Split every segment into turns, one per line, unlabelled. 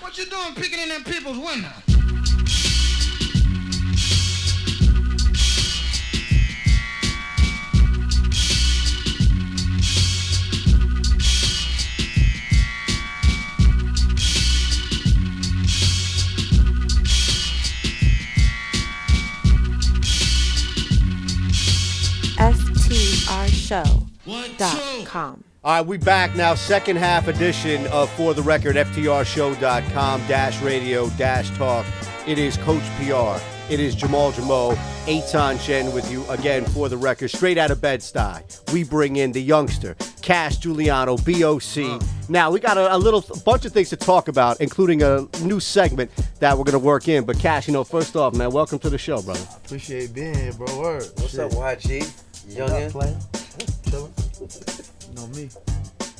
What you doing picking in them people's window?
FTRShow.com.
All right, we back now. Second half edition of For the Record, FTRShow.com dash radio dash talk. It is Coach PR. It is Jamal Jamo, Eitan Shen with you again for the record. Straight out of Bed Stuy, we bring in the youngster, Cash Giuliano, BOC. Now, we got a, a little a bunch of things to talk about, including a new segment that we're going to work in. But, Cash, you know, first off, man, welcome to the show, brother.
Appreciate being here, bro. Word.
What's up, YG?
Young
Youngin?
player? Chilling. You know me.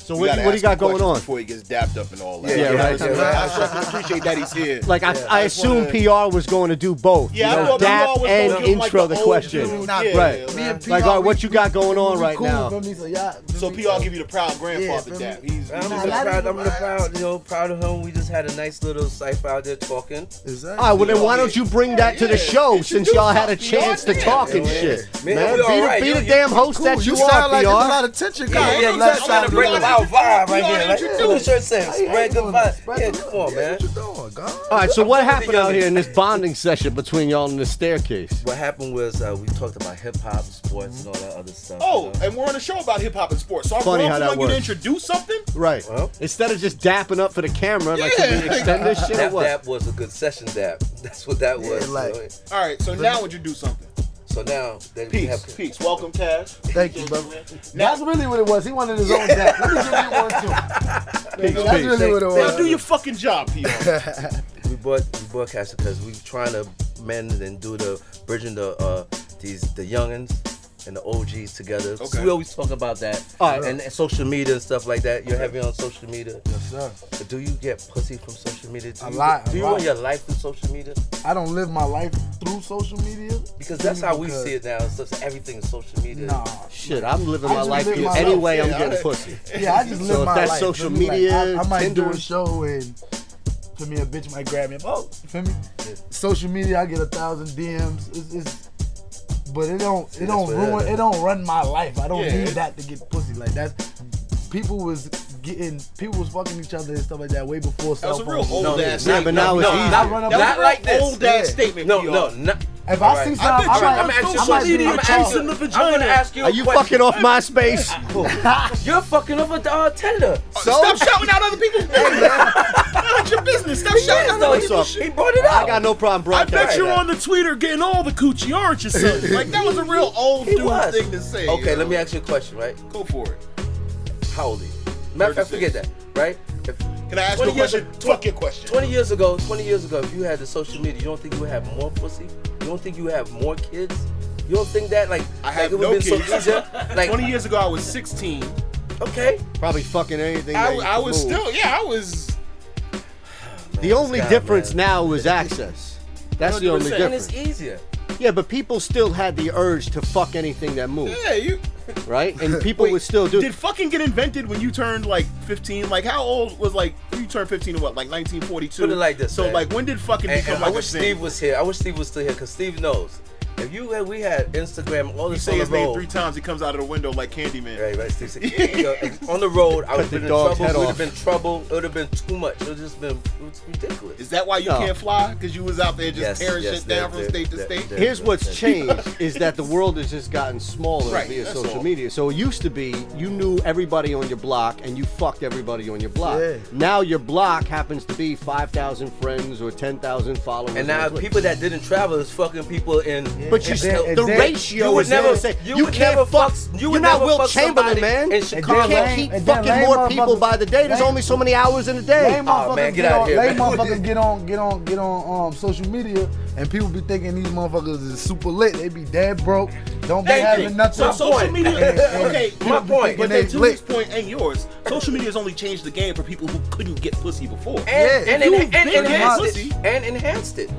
So, what, do you- what do you got going on?
Before he gets dapped up and all that.
Yeah, yeah, right.
I certainly appreciate that he's here.
Like I, I
that's one
assume
of the-
PR was going to do both.
Yeah, I
you know,
thought
dap
P.R. was
and
gonna do like
intro
the
the
old
question.
dude.
Nah,
Yeah,
right.
man.
Like, all right, what you got going on right
cool,
now?
feel me? So, yeah, feel
So
me?
PR give you the proud grandfather
Yeah,
dap.
feel me?
He's,
I'm
he's
Nah,
just
a-
that
proud,
is-
I'm the proud, you know, proud of him. We just had a nice little cipher out there talking.
Exactly.
All right, well then why don't you bring that to the show since y'all had a chance to talk and
Yeah, yeah.
shit,
Man,
man?
we all
Be, the-
right.
be
You-
the
you-
damn host that you,
you
are,
sound like
PR.
there's a lot of tension.
Yeah,
going
yeah, yeah,
on.
I'm
Let's
trying
try
to bring
do it.
about vibe right
You
here.
already
Like,
introduced.
do what you're saying.
Hey,
Spread good
how you doing?
vibe.
Spread
Yeah,
the-
come on,
yeah,
man.
What you doing, God?
all right, so what
I'm
happened out
youngin'.
here in this bonding session between y'all in the staircase?
What happened was uh, we talked about hip hop, sports, and all that other stuff.
Oh,
you know?
and we're on a show about hip hop and sports. So I'm
Funny
Funny
how that
you to
works.
introduce something.
Right.
Well-
Instead of just dapping up for the camera, like can we extend this shit or
Dap
what?
Dap was a good session dap. That's what that was. you
like-
know?
All right, so now would you do something?
So now that we have
Peace, peace. Welcome, Cash.
Thank you, brother. That's really what it was. He wanted his own deck. Let me give you one too. That's
peace.
really what it
Now do
was.
your fucking job, PR.
we bought we broadcast because we trying to mend and do the bridging the uh these the youngins and the OGs together.
Okay.
we always talk about that.
Alright.
And, and social media and stuff like that. You're heavy on social media.
Yes, sir.
But do you get pussy from social media? Do
A
you,
lot,
Do
a
you
lot.
want your life through social media?
I don't live my life through social media.
Because that's how we
Because-
see it now. It's just everything is social media.
Nah.
Shit, I'm living
I
my
just
life
live
through
my
any
life.
way I'm
Yeah,
getting
I-
pussy.
Yeah, I just live
So if
my
that's
life.
social
feel me? Like,
media,
I, I might do
Tinder-
a show and for me a bitch might grab me. Oh, you feel me? Social media, I get a thousand DMs. It's, it's but it don't it
that's
don't
what
ruin
happened.
it don't run my life. I don't
Yeah.
need that to get pussy. Like that's people was getting people was fucking each other and stuff like that way before
That was
cell
a real
phones.
old
No,
ass.
yeah, but now it's easy.
Not run up-
That was a
Not
real
like this.
Old ass
Yeah.
statement.
No,
PR.
no, not.
If
All
I see
right.
I've
something,
been
I
trying-
might,
I'm
I'm,
asking
I might
something.
be
I'm
the
asking
call.
the
I'm gonna
vagina.
ask you. a
Are you
question.
fucking off MySpace?
You're fucking up a uh, tender.
Stop shouting out other people's business. Not your business. Stop shouting out other
What's
people's
up?
shit.
He brought it
I
up.
got no problem
I
broadcasting.
bet you're
that.
on the Twitter getting all the coochie, aren't you, son? Like, that was a real old
He
dude
was.
thing to say.
Okay,
yo.
let me ask you a question, right?
Go for it.
How old are you? Matter of fact, forget that, right? If
Can I ask
20
you a
years
question? Fuck your question.
20 years ago, 20 years ago, if you had the social media, you don't think you would have more pussy? You don't think you would have more kids? You don't think that, like,
I
like,
have
it would
no
have been
kids.
so easier? Like,
20 years ago, I was 16.
okay.
Probably fucking anything.
I,
that you
I
could
was
move.
still, yeah, I was.
The only
God,
difference
man.
now is access. That's the only
100%.
And
difference.
it's easier.
e-
Yeah, but people still had the urge to fuck anything that moved,
Yeah, you.
right? And people would still do.
Did fucking get invented when you turned like 15? Like, how old was like you turned 15 in what, like 1942?
Put it like this,
So,
man.
like, when did fucking
And,
become
and
like
I wish
a thing?
Steve was here. I wish Steve was still here because Steve knows. If you had, we had Instagram all
you
this
say
on the
his name
road.
three times, he comes out of the window like Candyman.
Right, right. Steve said, you know, on the road, I would have
the
been in
dog's
trouble.
head
It would
off.
have been trouble. It would have been too much. It would have just been it's ridiculous.
Is that why you
No.
can't fly? Because you was out there just tearing shit down from state to state?
Here's what's changed is that the world has just gotten smaller
Right,
via
that's
social
all.
media. So it used to be you knew everybody on your block and you fucked everybody on your block.
Yeah.
Now your block happens to be 5,000 friends or 10,000 followers.
And
on
now
Twitter.
people that didn't travel is fucking people in.
But
in
you,
And
still
then-
the
and then-
ratio
you would
is
never-
never say you,
you would
can't
never
fuck.
fuck- you
You
would
are not
never
Will
fuck
Chamberlain,
somebody
man.
in
You
Chicago.
can't keep
And then
fucking
lame
more people
motherfuckers-
by the day. There's
lame-
only so many hours in the day.
Lame
Aw,
motherfuckers
man, get
get
outta
on,
here,
lame
man.
motherfuckers get on, get on, get on um, social media, and people be thinking these motherfuckers is super lit. They be dead broke, don't be
Thank
having
you.
nothing.
So social media, okay,
My point.
but
When
then
they
to
lit.
his point and yours, social media has only changed the game for people who couldn't get pussy before.
and,
Yeah.
and,
You
and, and
been
enhanced
pussy.
it. And enhanced it.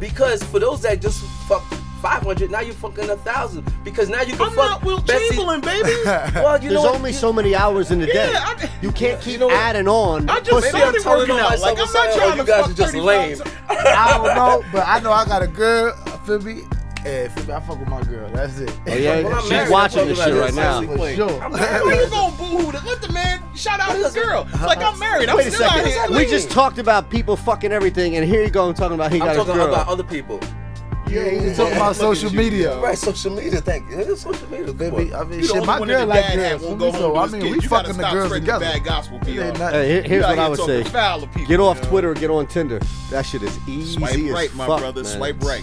Because for those that just fuck 500. Now you're fucking a thousand because now you can
I'm
fuck
not Will
Betsy.
Chamberlain, baby.
Well, you
There's
know what?
only
You-
so many hours in the day.
Yeah, I-
you can't keep
know what?
adding on.
I just
pussy.
Maybe I'm
started
telling
working
on
out.
myself
Like, I'm
and
not
saying,
trying
oh,
to
you guys
fuck
are just
35
lame.
times.
I don't know, but I know I got a girl. Feel me? Yeah, feel me? I fuck with my girl. That's it.
Oh, yeah?
Well, I'm
She's
married.
watching
I'm
this shit
talking about
right
this.
now.
Honestly,
For
wait.
sure.
Who you gonna boo-hoo to? Let the man shout out his girl. It's like I'm married. I'm
Wait a
still out here.
second. We just talked about people fucking everything, and here you go and talking about he
I'm
got his
talking
girl.
about other people.
Yeah, you talking about social media.
Right, social media. Thank you. It is social media. come
Baby,
on.
I mean,
You the
shit,
only
my
one
girl
in the
like
dad hat
girls.
won't
for
go
me,
home
So
to
I
his
mean,
kid.
we
You gotta
fucking the
stop
girls
spreading
together.
Bad gospel,
It ain't
PR.
nothing.
Hey, here's
You out
what I
here
would say.
talking foul to people,
Get off
yo.
Twitter, get on Tinder. That shit is easy
Swipe
as
right, my
fuck,
brother.
man.
Swipe right.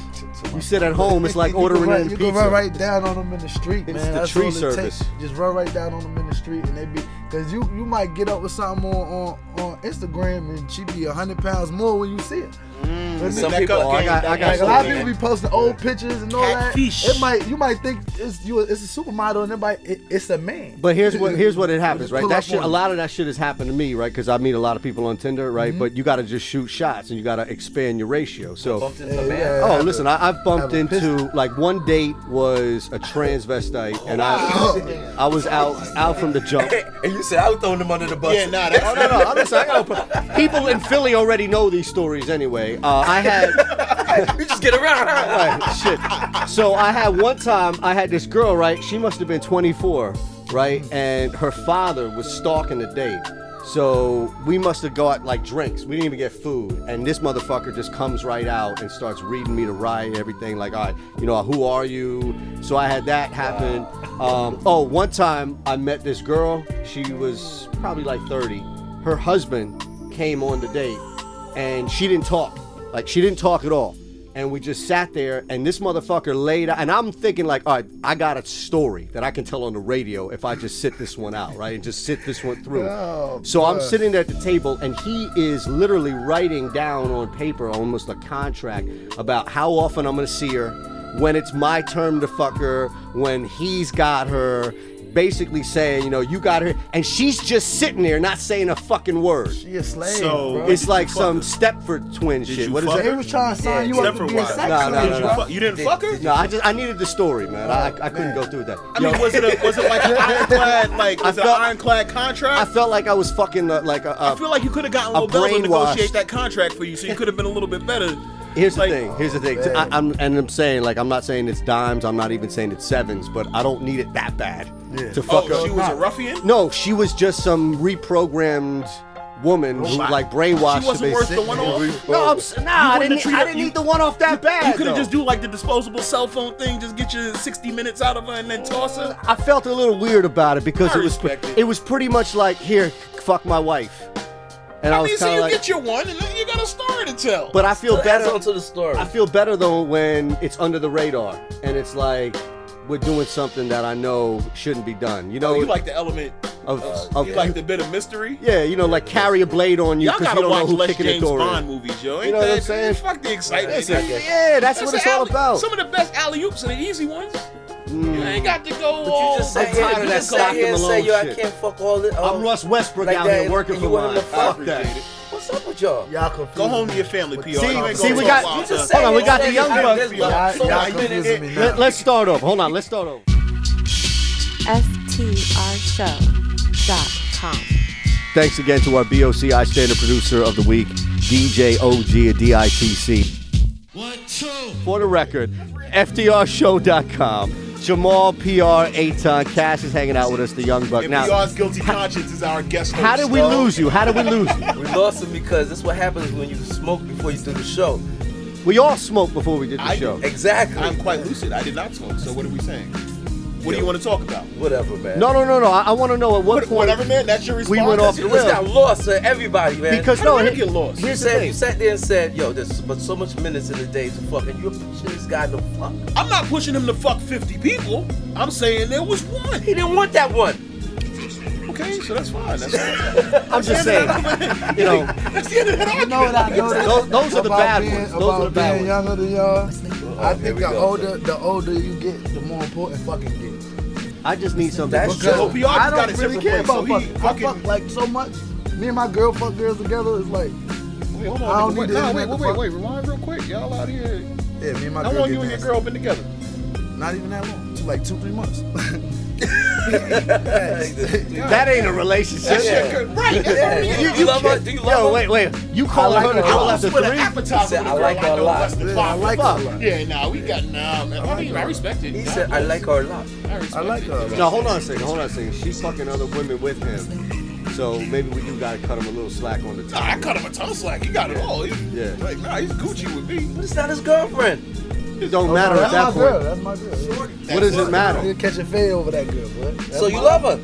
You sit at home, it's like
You can
ordering
run-
in
You
pizza.
can run right down on them in the street, man.
It's the
That's
tree
all it
service.
takes. Just run right down on them in the street, and they be because you you might get up with something on on, on Instagram, and she be hundred pounds more when you see it. But
Some
nigga,
people,
up
I
game.
got, I got
like a lot of
something,
people
man.
be posting old pictures and all
Catfish.
that. It might you might think it's you it's a supermodel and everybody it, it's a man.
But here's what here's what it happens, right?
Pull
That
up
shit,
on
a
it.
lot of that shit has happened to me, right? Because I meet a lot of people on Tinder,
Mm-hmm.
right? But you got to just shoot shots and you got to expand your ratio. So,
Bumped into a man.
Yeah.
oh, listen, I, I've bumped
Have a pistol.
into like one date was a transvestite, and I I was out out from the jump.
and you said I was throwing them under the bus.
Yeah, nah,
No,
that's
no, no. I'm just, I gotta, people in Philly already know these stories anyway. Uh, I had.
you just get around.
Right, shit. So I had one time, I had this girl, right? She must have been 24, right? And her father was stalking the date. So we must have got like drinks. We didn't even get food. And this motherfucker just comes right out and starts reading me the riot, everything. Like, all right, you know, who are you? So I had that happen. Um, oh, one time I met this girl. She was probably like 30. Her husband came on the date and she didn't talk. Like she didn't talk at all. And we just sat there and this motherfucker laid out and I'm thinking like, all right, I got a story that I can tell on the radio if I just sit this one out, right? And just sit this one through.
Oh,
so I'm
bruh.
sitting there at the table and he is literally writing down on paper almost a contract about how often I'm gonna see her, when it's my turn to fuck her, when he's got her. Basically saying, you know, you got her, and she's just sitting there not saying a fucking word.
she a slave.
So,
bro.
It's
Did
like
you
some
fuck
Stepford twin
Did
shit.
you
What is
fuck
they
that?
was trying to sign you up to
Stepford
be a
wise.
sex
No, no,
slave,
no,
You,
no.
bro.
fuck, you didn't fuck her?
No, I just I needed the story, man. I, I couldn't go through that.
I mean, was it a was it like an ironclad like
I
was it
felt-
an ironclad
I
contract?
felt like I was fucking uh, like a.
I
Uh,
feel like you could have gotten
I
Lil Bella to
brainwashed.
negotiate that contract for you, so you could have been a little bit better.
here's
Like, oh,
the thing. Here's the thing. I, I'm and I'm saying like I'm not saying it's dimes. I'm not even saying it's sevens. But I don't need it that bad to fuck
Oh,
up.
she was a ruffian.
no, she was just some reprogrammed woman who
my-
like brainwashed.
She wasn't
to
worth
basi-
the one-off?
No, I'm, s- nah, I
wouldn't have
didn't. I
treated-
didn't
you-
need the one off that bad.
You could have
though.
just do like the disposable cell phone thing, just get your 60 minutes out of her and then toss her.
I felt a little weird about it because
I
it was
respect it.
it was pretty much like here, fuck my wife, and I,
I
was
mean, so
kind
you
of like.
get your one and then you got a story to tell.
But I feel
That's
better.
onto the story.
I feel better though when it's under the radar and it's like we're doing something that I know shouldn't be done. You know,
Oh, you like the element,
of,
you
of
like the bit of mystery.
yeah, you know, like carry a blade on you
Y'all
because you don't
gotta
know
watch
who's
less
kicking the
James
door. in.
Bond movies, yo. Ain't
You know what
that-
I'm saying?
Fuck the excitement.
Right,
That's-
I get it.
Yeah, that's, what
the
it's all
alley-
about.
Some of the best alley oops are the easy ones. You ain't got to go
You
all.
just
I'm
sat
tired
here,
of
you
that
just sat here and
Stockton
say, yo, I
Malone
can't fuck all this. oh,
I'm Russ Westbrook
like
out
that,
here working
and
for
you wanted
mine.
to fuck
Fuck that.
Appreciate it.
What's up with y'all?
Y'all confused.
Go home to
me.
your family, PR.
See-
You ain't
see,
gonna
we
talk
got-
about
you
that.
just Hold on, we got the young
buck.
bucks.
Y'all,
So
y'all
I've been in
confusing me
it.
now.
Let, let's start over. Hold on, let's start over.
FTRShow.com.
Thanks again to our BOCI standard producer of the week, DJ OG at DITC.
One, two.
For the record, FDRShow.com. Jamal, PR, Aton, Cash is hanging out with us, the Young Buck.
And
Now,
PR's guilty conscience is our guest.
how
host,
did we
yo.
lose you? How did we lose you?
We lost him because that's what happens when you smoke before you do the show.
We all smoked before we did the
I
show.
Exactly.
I'm quite lucid. I did not smoke. So what are we saying? What do you want to talk about?
Whatever, man.
No, no, no, no. I, I want to know at what
What,
point.
whatever, man. That's your
We
response.
went off
You
the
just
rail.
got lost to everybody, man.
Because
How
no,
did
he-
I get lost?
you
here's the
said
thing.
you sat there and said, "Yo, there's so much, so much minutes in the day to fuck, and you're pushing this guy to fuck."
I'm not pushing him to fuck 50 people. I'm saying there was one.
He didn't want that one.
Okay, so that's fine. That's fine.
I'm just saying, you know,
That's the end of that
You know what I noticed?
Those- those are the
about
bad
being,
ones. Those
about
are the bad
being
ones.
younger than y'all. I
here
think
we
the
go.
older, the older you get, the more important fucking get.
I just need something.
That's
Because-
true.
So PR
I
just got
don't
his
really
hip
care
replaced, so
about
he
fucking.
fucking-
I fuck like so much. Me and my girl fuck girls together. It's like
Wait, hold
I don't
on. nigga.
need
Wait,
to
nah,
internet
wait,
to
wait, wait,
fuck.
wait. Rewind real quick. Y'all out here
Yeah, me and my
How
girl
long
get
you and your
nasty.
girl been together?
Not even that long. It's like two, three months.
That ain't a relationship.
Right. that's what I mean.
You, you love her? Do you love
Yo,
her?
wait, wait. You calling
like
her the
her.
girl
I
after
With an
three?
He
appetizer.
said,
with a
I
girl,
like her a
know
lot.
less than
Yeah, I
five.
like her a lot.
Yeah, nah, we got nah. Man. I mean, I respect it.
He said, I like her a lot.
I respect
I like her. a lot.
No, hold on a second. Hold on a second. She's fucking other women with him, so maybe we do gotta cut him a little slack on the
Nah, I
time.
cut him a ton slack. He got it all. He,
Yeah.
Like, nah, he's Gucci with me.
But it's not his girlfriend.
It don't matter at
that's
that
my girl.
point.
That's my girl. Yeah.
What does it matter?
You catch a fade over that girl, boy. That's
So you
my-
love her.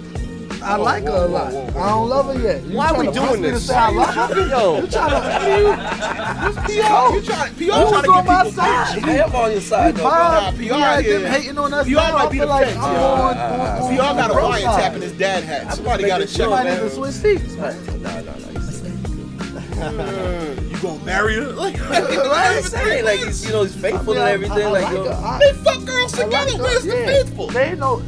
I like her a lot. I don't love her yet. You
Why are we
tryna push
doing
me to
this?
say I love her?
Yo,
PR, you trying, PR
Who's
trying to
on
get
my
people.
side?
I am on your side, though. bro.
Five,
PR
we got them
here.
hating on us.
PR
now.
might
I
be
feel
the
like
fence,
I'm
yeah.
on, on, on,
PR got a
on
lion
side.
tap in his dad hat. Somebody got to
making
check,
sure,
Somebody
man.
man.
need to switch seats,
Nah,
man.
nah, nah. You said-
You gonna marry her? Like,
I'm saying, like, he's, you know, he's faithful
Yeah, I-
and everything.
I
like,
like
yo.
her. I-
They fuck girls
I
together.
like her.
Where's
Yeah.
the faithful?
They know.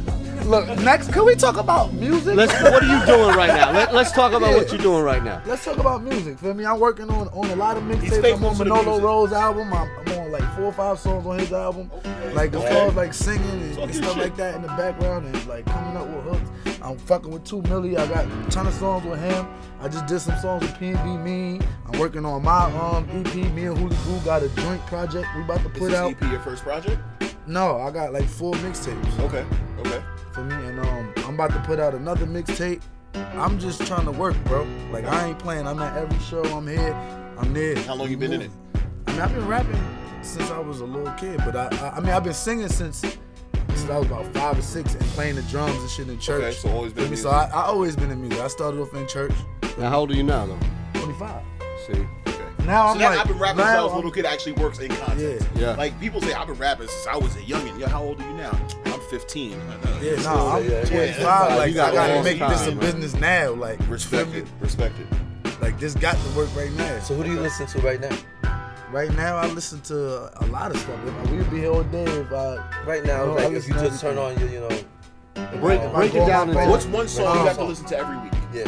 Look, next, can we talk about music?
let's. What are you doing right now? Let, let's talk about what you're doing right now.
Let's talk about music. Feel me? I'm working on on a lot of mixtapes. I'm
faithful
on
to the
Manolo
music.
Rose album. I'm, I'm on like four or five songs on his album. Like as far as like singing and, and stuff like that in the background and like coming up with hooks. I'm fucking with Two Millie. I got a ton of songs with him. I just did some songs with PNB Mean. I'm working on my um EP. Me and Hulu Goo got a joint project we about to put out.
EP E your first project?
No, I got like four mixtapes
Okay. Okay.
for me, and um, I'm about to put out another mixtape. I'm just trying to work, bro. Like I ain't playing. I'm at every show. I'm here. I'm there.
How long you been in it?
I mean, I've been rapping since I was a little kid, but I, I, I mean, I've been singing since since I was about five or six, and playing the drums and shit in church.
Okay, so always been
Feel me?
in
So I, I always been in music. I started off in church.
Now, how old are you now, though?
25.
See,
Now
So
I'm
that
like,
I've been rapping since
now
I was a
I'm-
little kid actually works in context.
Yeah.
Yeah.
Like people say I've been rapping since I was a youngin. Yo, how old are you now? I'm 15.
Yeah, nah, I'm
Yeah, yeah,
25.
yeah.
Like
You got
I gotta
all
make
time,
this a
man.
business now. Like feel me?
Respected. Respected.
Like this got to work right now.
So who do you listen to right now?
Right now, I listen to a lot of stuff. If I- We'd be here all day if I.
Right now,
No, I
like, if
listen
you
to
just turn on your, you know, uh,
if
Break-
I- if I
break
go
it
on
down
my
into-
phone
What's one song you have to
Um,
listen to every week?
yeah.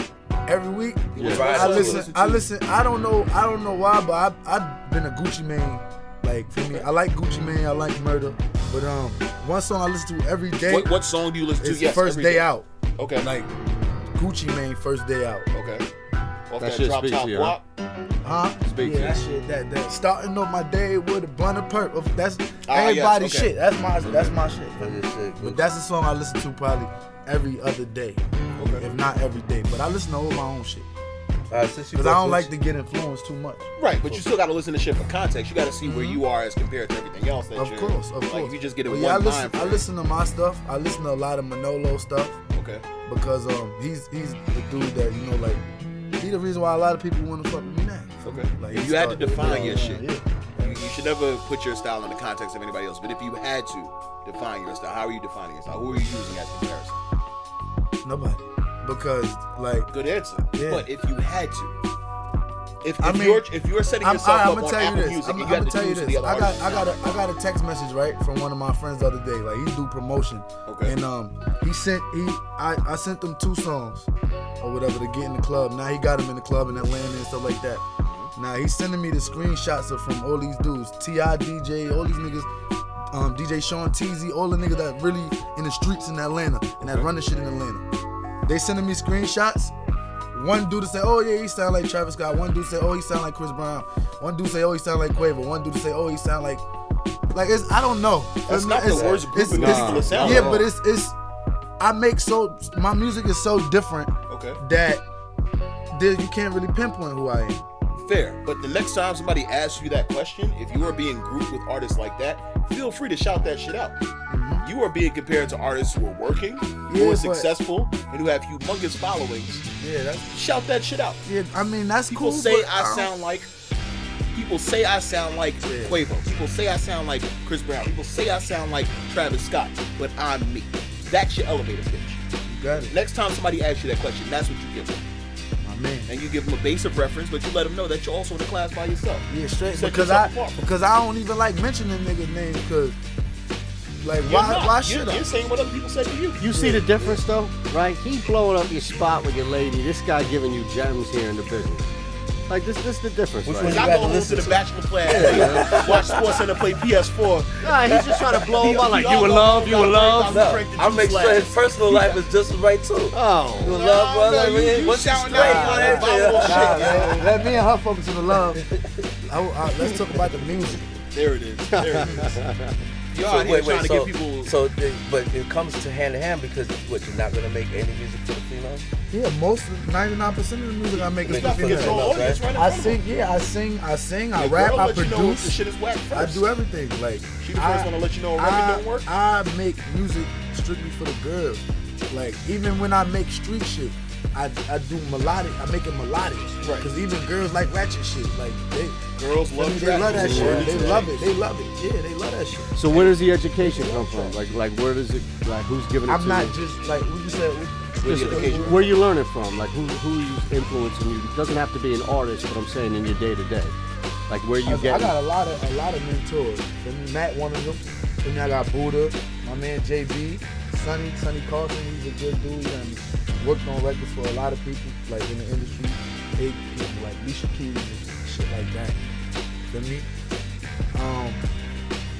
every week.
Yeah.
I listen.
Listen to
I
you.
listen. I don't know. I don't know why, but I I've been a Gucci man. Like for me, I like Gucci Mane. I like Murder. But um, one song I listen to every day
What, what song do you listen to?
is
Yes,
First
every
Day Out.
Okay.
Like Gucci Mane, First Day Out.
Okay.
That
Off that,
shit
drop
speaks
top
to you,
guap. Uh-huh.
Huh?
Speak
yeah,
to
that
it.
shit. That that starting off my day with a blunt of perp. of- That's
Ah, yes,
everybody's
okay.
shit. That's my that's my shit.
That's your shit.
But that's a song I listen to probably every other day, if not every day. But I listen to all my own shit
Alright, since you
because I
brought
don't like
Gucci-
to get influenced too much.
Right, but you still gotta listen to shit for context. You gotta see where you are as compared to everything else. That
Of
you're,
course, of
like,
course.
If you just get a
But
one
yeah, I
line.
listen, I
frame.
listen to my stuff. I listen to a lot of Manolo stuff
Okay.
because um he's he's the dude that you know like he the reason why a lot of people want to fuck with me now.
Okay.
Like,
if
he
you had to
started it,
define
uh,
your shit,
yeah.
you, you should never put your style in the context of anybody else. But if you had to define your style, how are you defining your style? Who are you using as comparison?
Nobody because like
Good answer.
Yeah.
But if you had to, if, if
I mean,
you're if you're setting
I'm,
yourself
I, am
up
gonna
on
tell
Apple
you this.
Music,
I'm,
you
I'm
got
gonna
to
tell you
choose
this.
the other
I got
artist.
I got a I got a text message right from one of my friends the other day. Like he do promotion.
Okay.
And um he sent he I, I sent them two songs or whatever to get in the club. Now he got him in the club in Atlanta and stuff like that.
Mm-hmm.
Now he's sending me the screenshots of from all these dudes, Ti DJ, all these niggas, um, DJ Sean Teasy, all the niggas that really in the streets in Atlanta and that running shit in Atlanta. They sending me screenshots one dude to say, oh yeah, he sound like Travis Scott. One dude say, oh he sound like Chris Brown. One dude say, oh he sound like Quavo. One dude say, oh he sound like, like it's I don't know.
That's
It's
not the worst group of
it's-
people to sound
Yeah,
like.
but it's it's I make so my music is so different
Okay.
that there, you can't really pinpoint who I am.
Fair. But the next time somebody asks you that question, if you are being grouped with artists like that, feel free to shout that shit out. You are being compared to artists who are working,
Mm-hmm. Yeah,
who are
but-
successful, and who have humongous followings.
Yeah, that's
Shout that shit out.
yeah. I mean that's
People
cool.
say
but
I
don't-
sound like. People say I sound like Quavo. People say I sound like Chris Brown. People say I sound like Travis Scott. But I'm me. That's your elevator pitch.
You got it,
Next time somebody asks you that question, that's what you give them.
my man.
And you give them a base of reference, but you let them know that you're also in the class by yourself.
Yeah, straight
Set
because I
yourself apart.
because I don't even like mentioning niggas names because like
You're
why
not.
why
You're-
should I?
You're saying what other people said to you.
You see the difference though, right? He blowing up your spot with your lady. This guy giving you gems here in the business. Like this, this is the difference.
Which
right
one
here.
you
Y'all
had
go
to
home to
listen
the
to.
bachelor class, watch Sports Center play PS4.
Nah, he's just trying to blow him up. Like
Y'all
you would
go-
love, you
y'all
would
break
love.
down
No,
the drink that
I
you
make sure
slapped.
his personal life is just as right too. You
Oh,
love brother,
no, you-
man.
you
Once you
shouting
straight,
out
you
all that
everything.
vile
Nah,
shit.
man, let me and her focus on the love. I, I, let's talk about the music.
There it is. There it is. Y'all
So
out here
wait,
trying
wait,
to
so,
get people.
so the- but it comes to hand in hand because what you're not gonna make any music for the females.
Yeah, most 99% of the music I make is
Make
for
it for the
Your
females.
females.
audience right in
I
front of
sing, yeah, I sing, I sing, I
them.
rap,
Girl
I
let you know if the
produce,
shit is whack first.
I do everything. Like
She the first
I,
one to let you know a record
I,
don't work?
I make music strictly for the girls. Like even when I make street shit, I, I do melodic. I make it melodic.
Right.
Cause even girls like ratchet shit. Like they,
Girls love
I mean, they
trap
love that
music.
shit. They love it. They love it. Yeah, they love that shit.
So where does the education come from? Like, like where does it? Like who's giving it
I'm
to
not
you?
just like what you said.
Just, uh, where you learn it from? Like who who is influencing you? It doesn't have to be an artist, but I'm saying in your day to day, like where you
I, I
get.
got a lot of a lot of mentors. And Matt, one of them. Then I got Buddha, my man JB, Sonny, Sonny Carson. He's a good dude and worked on records for a lot of people, like in the industry, big people like Alicia Keys and shit like that. Feel me? Um,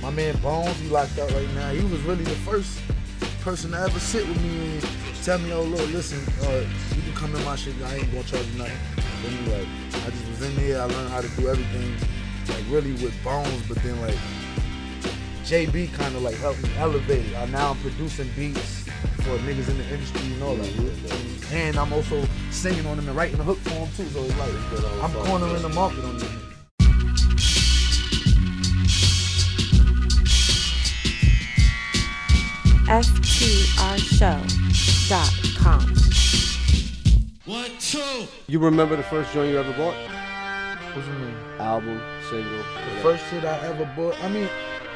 my man Bones, he locked up right now. He was really the first person to ever sit with me and tell me, oh, look, listen, uh, you can come in my shit. I ain't gonna charge you nothing. But anyway, I just was in there. I learned how to do everything, like really with Bones, but then like JB kind of like helped me elevate it. I now I'm producing beats for niggas in the industry and all that. And I'm also singing on them and writing the hook for them too. So it's like I'm cornering the market on them.
FTRShow.com.
One, two.
You remember the first joint you ever bought?
What you mean?
Album, single.
The
whatever.
first shit I ever bought. I mean,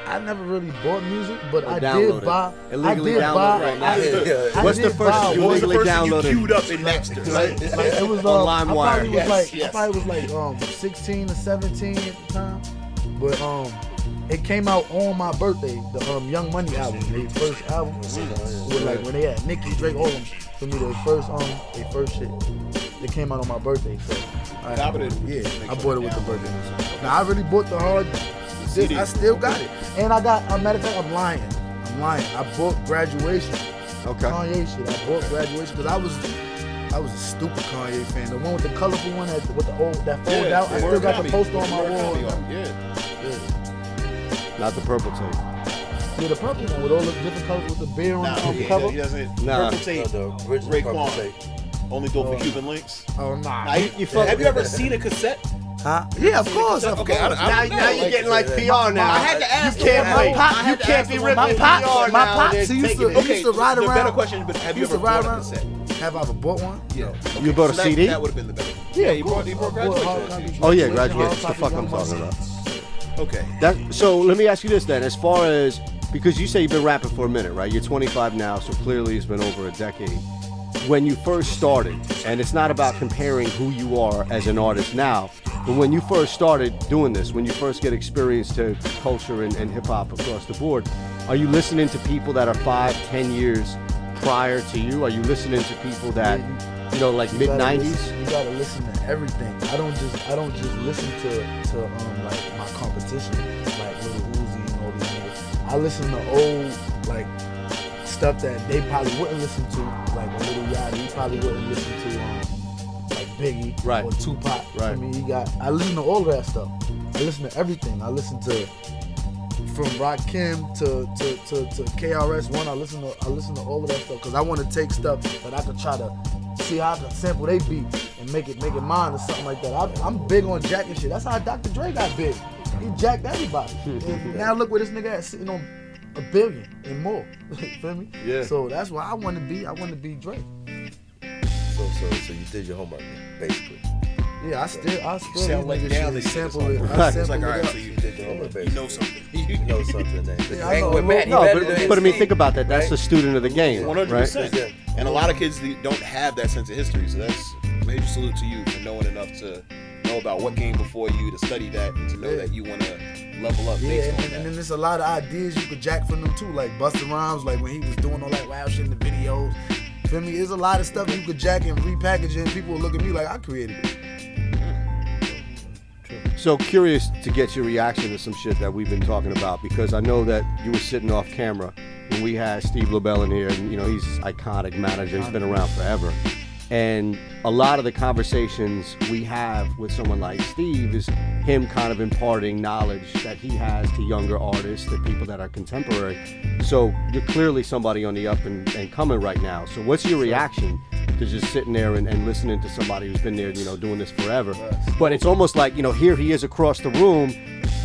I never really bought music, but
Or
I
download
did
it.
buy.
Illegally
I did
download
buy.
it right now.
I, did-
Yeah.
I
What's the
did
first
buy
you
What
one.
was the
illegally
first thing you
downloaded?
queued up in Napster?
Like, it was uh,
On
I probably
LimeWire.
was
Yes,
like
yes.
I probably was like um 16 or 17 at the time, but um it came out on my birthday. The um Young Money album, their first album. With, like when they had Nicki, Drake, all them. For me, their first um their first shit. It came out on my birthday, so I,
Top of the-
yeah,
Make
I
sure
bought it
you
with the
download
birthday. Now I really bought the hard. disc. I still got it, and I got. A matter of fact, I'm lying. I'm lying. I bought graduation.
Okay.
Kanye shit. I bought graduation because I was I was a stupid Kanye fan. The one with the colorful one that with the old that fold out. I still got the poster on my wall.
Yeah.
Yeah.
Not the purple tape.
Yeah, the purple one with all the different colors with the bear on
Nah,
the on the
he,
cover.
he doesn't.
Nah.
Purple tape.
No, the original Purple
Raekwon.
Tape.
Only go for Cuban links.
Oh nah.
Nah, you- you fuck- have you ever seen a cassette?
Huh? Yeah, of course. Of
Okay, I,
course.
I, I,
now you're getting like PR now.
I had to ask.
You can't,
him.
play-
my pop-
you can't be ripping
my
PR
pops- my
now.
pops
They're
used to-
taking it.
he used ride
the better
around-
question is, but have
He
you
used to
ever
ride
bought a
around.
cassette?
Have I ever bought one?
Yeah.
You bought a
So that-
CD?
That would have been the better.
Yeah,
you
of
bought,
course.
you bought
I bought hard
graduation.
copy
Oh yeah,
Graduation,
graduation.
hard
That's the
copy
fuck
Young
I'm
Money.
talking about.
Okay.
That, so let me ask you this then, as far as because you say you've been rapping for a minute, right? You're 25 now, so clearly it's been over a decade. When you first started, and it's not about comparing who you are as an artist now, but when you first started doing this, when you first get experience to culture and, and hip hop across the board, are you listening to people that are five, ten years prior to you? Are you listening to people that, you know, like
You
mid
gotta
90s?
listen- You gotta listen to everything. I don't just I don't just listen to to um like my competition, like Little Uzi and all these niggas. I listen to old like stuff that they probably wouldn't listen to, like a Little Yachty. He probably wouldn't listen to um like Biggie
Right.
or Tupac. I
Right.
mean, he got. I listen to all of that stuff. I listen to everything. I listen to from Rakim to to, to, to KRS One. I listen to I listen to all of that stuff because I want to take stuff that I could try to see how I can sample they beat and make it make it mine or something like that. I, I'm big on jacking shit. That's how Dr. Dre got big. He jacked everybody. and now look where this nigga at sitting on a billion and more. Feel me?
Yeah.
So that's why I want to be. I want to be Drake.
So, so, so you did your homework, man, basically.
Yeah, I still, I still
Sound like
niggas
now
should
they
sample it. I
Right.
sample
It's like, all
it
right,
up.
so
You did your homework,
You
basically.
know something. You
You know something. Then.
I
Hang
know
with
a
Matt.
No,
he better
but,
do
but I mean,
his
think about that. That's
right?
the student of the game,
One hundred
right?
percent. And a lot of kids they don't have that sense of history, so that's major salute to you for knowing enough to know about what came before you, to study that, and to know
Yeah.
that you want to level up
Yeah,
based
and,
on
and,
that.
then there's a lot of ideas you could jack from them too, like Busta Rhymes, like when he was doing all that wild shit in the videos. Feel me? There's a lot of stuff you could jack and repackage it, and people will look at me like I created it.
So curious to get your reaction to some shit that we've been talking about because I know that you were sitting off camera when we had Steve LaBelle in here, and you know he's iconic manager. He's been around forever, and a lot of the conversations we have with someone like Steve is him kind of imparting knowledge that he has to younger artists, to people that are contemporary. So you're clearly somebody on the up and, and coming right now. So what's your reaction to just sitting there and, and listening to somebody who's been there, you know, doing this forever. But it's almost like, you know, here he is across the room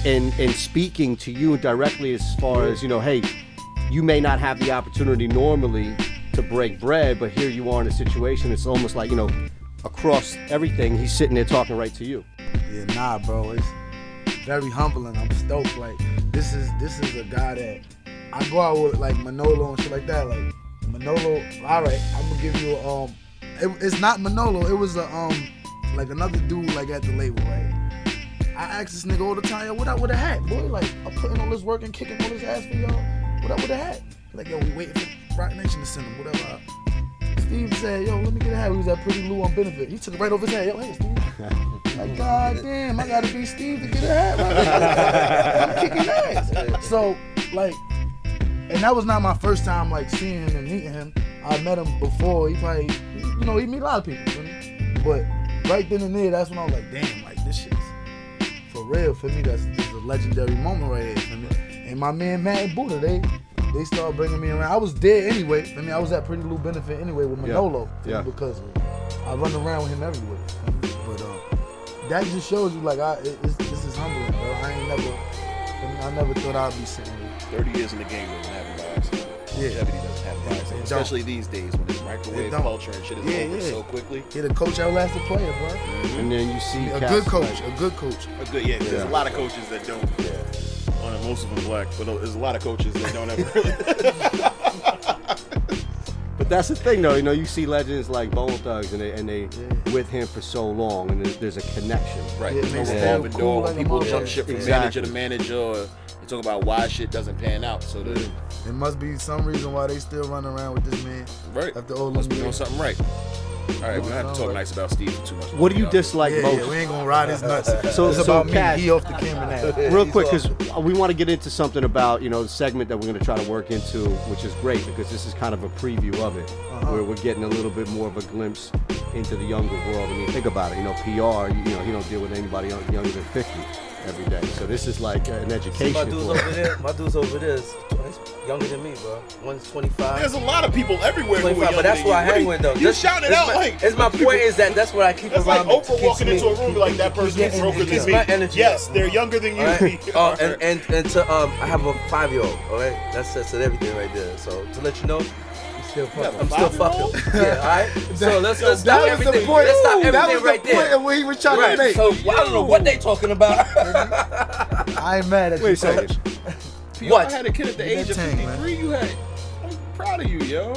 and and speaking to you directly as far as, you know, hey, you may not have the opportunity normally to break bread, but here you are in a situation, it's almost like, you know, across everything, he's sitting there talking right to you.
Yeah, nah, bro. It's very humbling. I'm stoked. Like this is this is a guy that I go out with like Manolo and shit like that. Like Manolo, all right, I'm gonna give you a, um. It, it's not Manolo. It was a um, like another dude like at the label, right? I ask this nigga all the time, yo, what up with a hat, boy? Like I'm putting all this work and kicking all this ass for y'all. What up with a hat? Like yo, we waiting for Rock Nation to send him. Whatever. Steve said, yo, let me get a hat. He was at Pretty Lou on benefit. He took it right over his head. Yo, hey, Steve. Like, God damn, I gotta be Steve to get a hat. right? I'm kicking ass. So, like, and that was not my first time like seeing him and meeting him. I met him before. He probably, you know, he meet a lot of people. you know? But right then and there, that's when I was like, damn, like this shit's for real for me. That's this is a legendary moment right here for me. And my man Matt and Buddha, they they started bringing me around. I was there anyway. I mean, I was at Pretty Lou benefit anyway with Manolo
Yeah.
because I run around with him everywhere. But uh, that just shows you like I it, it's, this is humbling, bro. I ain't never. I, mean, I never thought I'd be sitting here.
30 years in the game doesn't have vibes.
Yeah.
Longevity doesn't have vibes.
don't.
Especially these days when it's microwave
don't.
culture and shit is
Yeah,
over
yeah.
so quickly.
Get a coach outlast a player, bro.
And then you see
A
cats
good coach,
like-
a good coach.
A good, yeah, there's a lot of coaches that don't. Well, most of them black, but there's a lot of coaches that don't ever.
But that's the thing, though. You know, you see legends like Bone Thugs, and they and they with him for so long, and there's, there's a connection.
Right.
Yeah,
There's no
makes it
revolving
sound
door.
cool like a
People jump
motherfucker.
ship from manager
Exactly.
to manager or you talk about why shit doesn't pan out. So the
There must be some reason why they still run around with this man.
right.
After all
Must be
them
doing
years.
something right. All right, we don't have to talk nice about Steve too much.
What do you dislike
yeah,
most?
yeah, we ain't gonna ride his nuts.
So-
it's
so
about me.
Cash-
He off the camera now.
real quick because we want to get into something about you know the segment that we're going to try to work into which is great because this is kind of a preview of it where we're getting a little bit more of a glimpse into the younger world i mean think about it you know pr you, you know he don't deal with anybody young- younger than 50 every day so this is like uh, an education
My dude's
for him.
over there. My dude's over there. is tw- He's younger than me, bro. One's 25.
there's a lot of people everywhere who are
25,
younger
but that's
than you.
what I
What
hang
do
with
you,
though.
You
That's-
shouting it
that's
out
my,
like
It's my point is that that's what I keep
That's like
around.
Oprah
keeps
walking
me-
into a room
keeps-
like that person
keeps
is
me-
broker
keeps
than me.
my energy
Yes,
up.
they're younger than you.
All right? Uh,
Alright.
and, and and to um, I have a five year old. All right, that says it everything right there. So to let you know, I'm still fucking. I'm still
five-year-old?
fucking. Yeah, all right. So let's let's stop
That was the
everything.
point.
Let's stop
That was
everything
the
right
point
there.
of what he was trying
Right.
to make.
So well, I don't know what they talking about.
I ain't mad at
wait
you.
a second
I
what?
had a kid at the
Give me
age
that
of
tang, man.
53. You had. I'm proud of you, yo.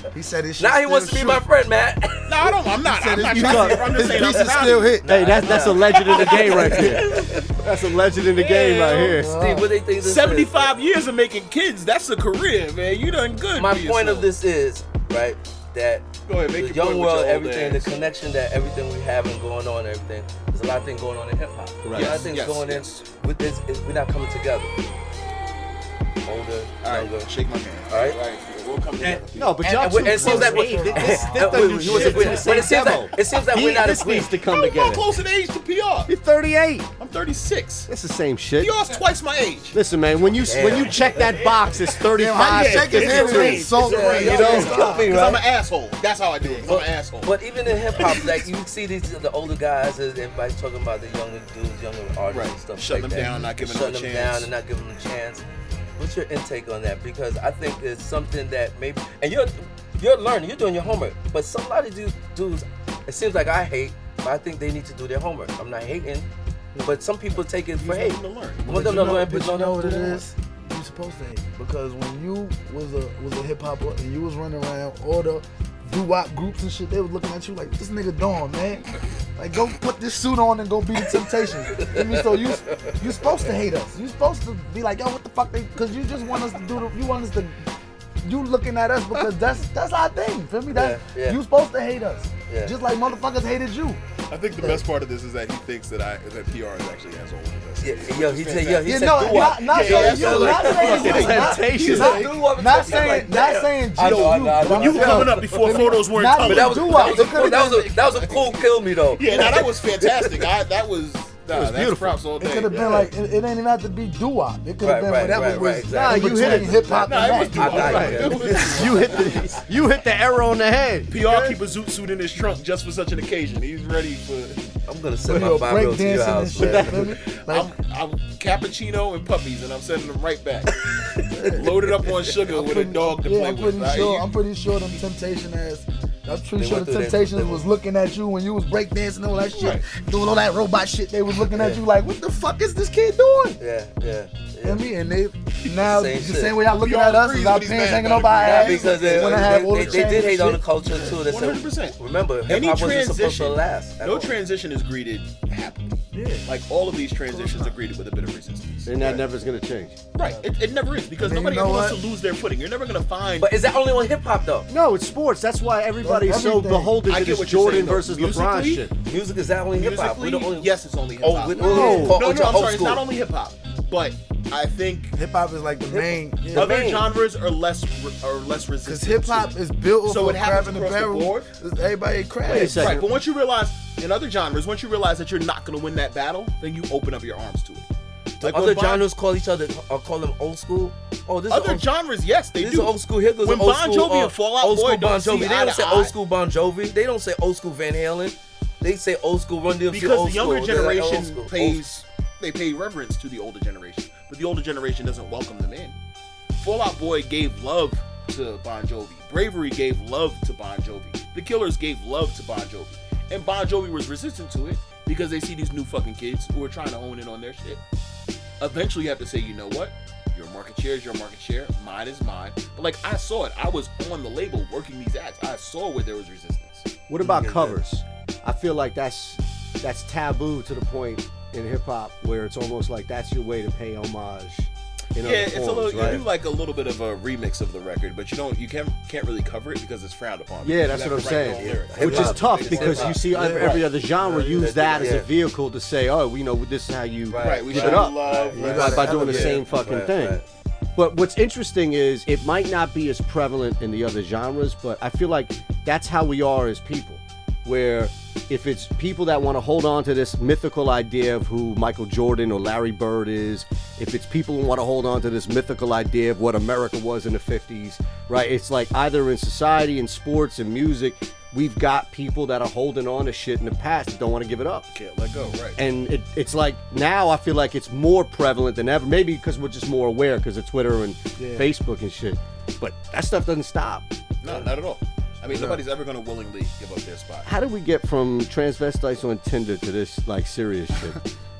bro. He said his shit
Now he
still
wants to be
shoot.
my friend, Matt.
no, I don't. I'm not. I'm not
His
trying
piece-
to. I'm just
his
saying I'm
piece is
proud
still
of you.
hit.
hey that's that's a legend in the game right here that's a legend in the game right here
Steve, what they think this is?
75 years of making kids. That's a career, man. You done good.
My
for
point of
yourself.
this is right that
Go ahead, make
the
your
young
point with
world,
your old
everything,
ass.
the connection that everything we have and going on, and everything. There's a lot of things going on in hip hop. A lot
Yes,
of things
yes,
going
yes.
in with this. Is we're not coming together. Older,
All right,
younger.
shake my hand.
All right.
right, we'll come together.
no but
And-
y'all
and
too Oh,
we- and it seems
close
like we-
age. This- this- this
Uh,
doesn't
we-
do
we-
shit.
we-
It's the
but
same
it seems like-
demo.
it seems like we're
He-
not
this
agreeing.
needs to
How
come
are you more
together
close in age to PR?
you're 38
I'm 36.
it's the same shit
PR's twice my age.
Listen, man, when you when you check that box, it's 35
Shake his hand and
52.
insult
Yeah,
him.
yeah,
you know?
it's gotta be,
Because
right?
I'm an asshole. That's how I do it. 'cause I'm an asshole.
But even in hip hop, like you see these the older guys and everybody talking about the younger dudes, younger artists
Right.
and stuff.
Shutting
like
them
that.
down, not giving them
Shutting them
a chance.
down and not giving them a chance. What's your intake on that? Because I think there's something that maybe and you're you're learning, you're doing your homework. But some lot of these dudes, it seems like I hate, but I think they need to do their homework. I'm not hating. But some people take it for
want
hate.
them to learn.
I
But
want
you
them to
know,
learn,
but you
don't
know
have
what
to
it
do their
is? You supposed to hate because when you was a was a hip hop and you was running around all the doo wop groups and shit, they was looking at you like this nigga Dawn, man. Like go put this suit on and go be the Temptations. I mean, so you you supposed to hate us. You supposed to be like, yo, what the fuck? They because you just want us to do the you want us to you looking at us because that's that's our thing. Feel me? That's
Yeah, yeah.
you supposed to hate us.
Yeah.
Just like motherfuckers hated you.
I think the best part of this is that he thinks that I that PR is actually as old as us.
Yeah, yo, he said, yo, he
Yeah,
said,
no,
do what?
not- not
Yeah,
saying
yeah,
you,
so
not
like,
saying you,
fucking
not-
temptation.
not-
Do what?
not
It's
saying-
like,
not
damn.
saying
I know, I
G.O.U.
know, I know.
When
You
Yeah.
coming up before photos were in
Not
color.
even
But that was, that
Do what?
was,
It
a cool,
could've
that was a that was a cool kill me though.
Yeah, now that was fantastic. I, that was, nah,
was
that's
beautiful.
props all
It
day.
could have been like it, it didn't even have to be doo wop. It could have
Right,
been
right,
whatever
right,
was
right,
Nah, you hit it.
hip hop
Nah, it was
and
too
rap.
I thought
right.
you
It was-
You hit the you hit the arrow on the head.
PR keep a zoot suit in his trunk just for such an occasion. He's ready for.
I'm gonna
Yo,
send my five year
break
old to your
dancing and
house.
shit.
man.
feel me? Like,
I'm, I'm cappuccino and puppies, and I'm sending them right back. Loaded up on sugar with a dog to
yeah,
play
I'm
with.
pretty
Like,
sure.
you-
I'm pretty sure them temptation ass. I'm pretty
They
sure
went
the
through that-
Temptations
they
was
went-
looking at you when you was breakdancing and all that shit,
Right.
doing all that robot shit. They was looking at you like, what the fuck is this kid doing?
Yeah, yeah.
And
yeah.
me and they now
Same
the
shit.
same way y'all looking
Y'all
at us is
freeze
our
when he's
pants
mad
hanging
about
over our
it.
Yeah,
ass.
because they,
when I
they-
had all
they,
the
they did
chains
hate
and
on the
shit.
culture too. They said,
100%.
remember, hip
any
hop wasn't supposed to
transition,
last. at
no
all.
transition is greeted happily. Like all of these transitions are greeted with a bit of resistance.
And that never's gonna change.
Right. It, it never is because
I mean,
nobody
you
ever
know
wants
what?
to lose their footing. You're never gonna find.
But is that only on hip hop though?
No, it's sports. That's why everybody's so
Everything.
beholden
I
to
get
this
what you're
Jordan
saying, though.
versus LeBron
Musically,
shit.
Music is that only hip hop? We
musically,
don't only
yes, it's only hip
Oh,
hop.
we,
No.
no,
no, no, I'm sorry.
Old
It's
school.
not only hip hop, but I think
Hip hop is like the main.
The
other
main.
genres are less are less resistant.
Cause hip hop
to it.
is built
So
so
it
it crab in
happens
a
across the
barrel.
board?
Everybody
Wait a
crabs.
second.
Right, but once you realize in other genres, once you realize that you're not gonna win that battle, then you open up your arms to it. Like
Other
when Bon-
genres call each other or call them old school. Oh, this is
other
old,
genres, yes, they
this is
do.
old school. Here goes
When
old
Bon
school,
Jovi
uh,
and Fall Out
old
Boy
school Bon
don't see
Jovi. They
eye
don't
to
say
eye.
old school Bon Jovi. They don't say old school Van Halen. They say old school Run DMC.
because
old
the younger
school. They're like, "Oh,
generation
old school, old
pays they pay reverence to the older generation, but the older generation doesn't welcome them in. Fallout Boy gave love to Bon Jovi. Bravery gave love to Bon Jovi. The Killers gave love to Bon Jovi, and Bon Jovi was resistant to it because they see these new fucking kids who are trying to own in on their shit. Eventually, you have to say, you know what? Your market share is your market share. Mine is mine. But like I saw it, I was on the label working these acts. I saw where there was resistance.
What about covers? I feel like that's that's taboo to the point in hip hop where it's almost like that's your way to pay homage. In
Yeah,
other
it's a
forms,
little. You do
right?
like a little bit of a remix of the record, but you don't. You can't can't really cover it because it's frowned upon.
Yeah,
You
that's
have
what I'm
to write your own
saying.
lyrics.
Yeah.
Which is
Hip-hop.
tough
It's
because you
hip-hop.
see ev-
Yeah.
every other genre use that as a
Yeah.
vehicle to say, oh, we know this is how you
Right.
Right, we
give
show
it up.
love.
Right.
by,
Right.
by doing the
Yeah.
same fucking
Right,
thing.
right.
But what's interesting is it might not be as prevalent in the other genres, but I feel like that's how we are as people. Where if it's people that want to hold on to this mythical idea of who Michael Jordan or Larry Bird is, if it's people who want to hold on to this mythical idea of what America was in the 50s, right? It's like either in society, in sports, in music, we've got people that are holding on to shit in the past that don't want to give it up
Can't let go. Right.
and it, it's like now I feel like it's more prevalent than ever. Maybe because we're just more aware because of Twitter and Facebook and shit. But that stuff doesn't stop.
no, not at all. I mean, nobody's ever going to willingly give up their spot.
How did we get from transvestites on Tinder to this like serious shit?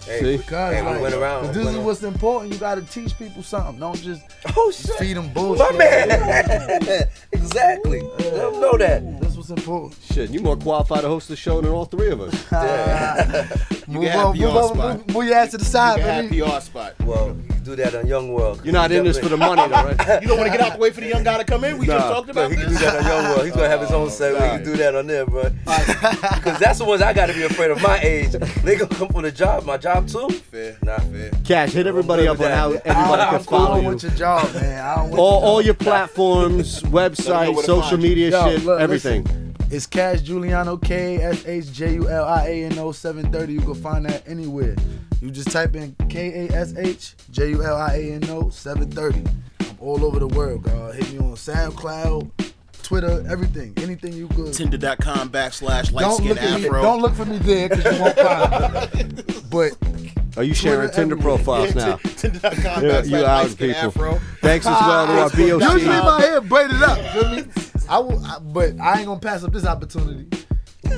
Hey,
See?
Cause,
Hey, we
like,
went around,
This
went
is
around.
what's important. You gotta teach people something. Don't just
Oh shit!
feed them bullshit.
My man. exactly. Let 'em know that.
That's what's important.
Shit, you more qualified to host the show than all three of us.
Move
have
over,
your
move over,
spot.
move, move your ass to the side,
You can
baby.
have PR spot.
Well, you do that on Young World.
You're not in this for the money, though, right?
You don't want to get out the way for the young guy to come in. We just
Nah.
talked
No,
about
he can do
this.
that on Young World. He's gonna have his own segment. He can do that on there, bro. Because that's the ones I gotta be afraid of. My age, they gonna come for the job. My job too.
Fair.
Nah, fair.
Cash, hit everybody up on how everybody
I
can
don't I
follow
don't
you.
want your job, man. I don't want your
All, all
job.
your platforms, websites,
where to
social
find you.
media
Yo,
shit,
look,
everything.
listen, it's Cash Giuliano, K S H J U L I A N O 730. You can find that anywhere. You just type in K A S H J U L I A N O 730. I'm all over the world, God. Hit me on SoundCloud, Twitter, everything. Anything you could.
Tinder.com backslash light
Don't
skin
look, at me,
afro.
don't look for me there because you won't find me. But
Are Oh, you sharing
Twitter
Tinder
everywhere.
profiles now?
Tinder.com
Yeah,
backslash
you
light
out,
skin
people.
afro.
Thanks as well to our
usually
BOC.
my hair braided up. Feel me? I will, I, but I ain't gonna pass up this opportunity.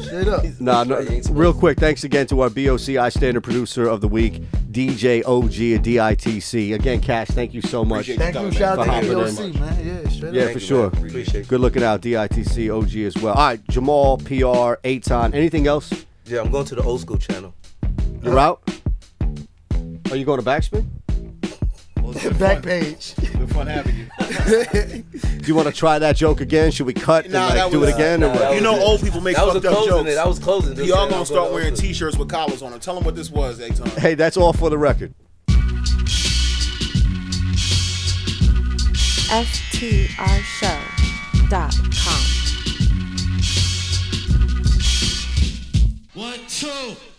Straight up.
Nah, no,
You ain't supposed
real quick, thanks again to our BOCI standard producer of the week, DJ OG at DITC. Again, Cash, thank you so much.
Appreciate
Thank you, shout out to
Thank you very
DOC, man. Yeah, straight
Yeah,
up.
for
Thank you,
sure.
man. Appreciate it.
Good looking out, DITC, OG as well. All right, Jamal, PR, Aton. Anything else?
Yeah, I'm going to the old school channel.
You're out? Are you going to Backspin?
Well, it's been
Back
fun.
page.
It's been fun having you.
Do you want to try that joke again? Should we cut and
Nah,
like
that
do
was-
it again?
nah,
or
that
what?
You know, old people make
That was a
fucked up
closing
jokes.
it. I was closing this.
Y'all
man.
gonna
I'm
start wearing
that was good.
t-shirts with collars on them. Tell them what this was, Dayton.
Hey, that's all for the record.
FTRShow.com.
One, two.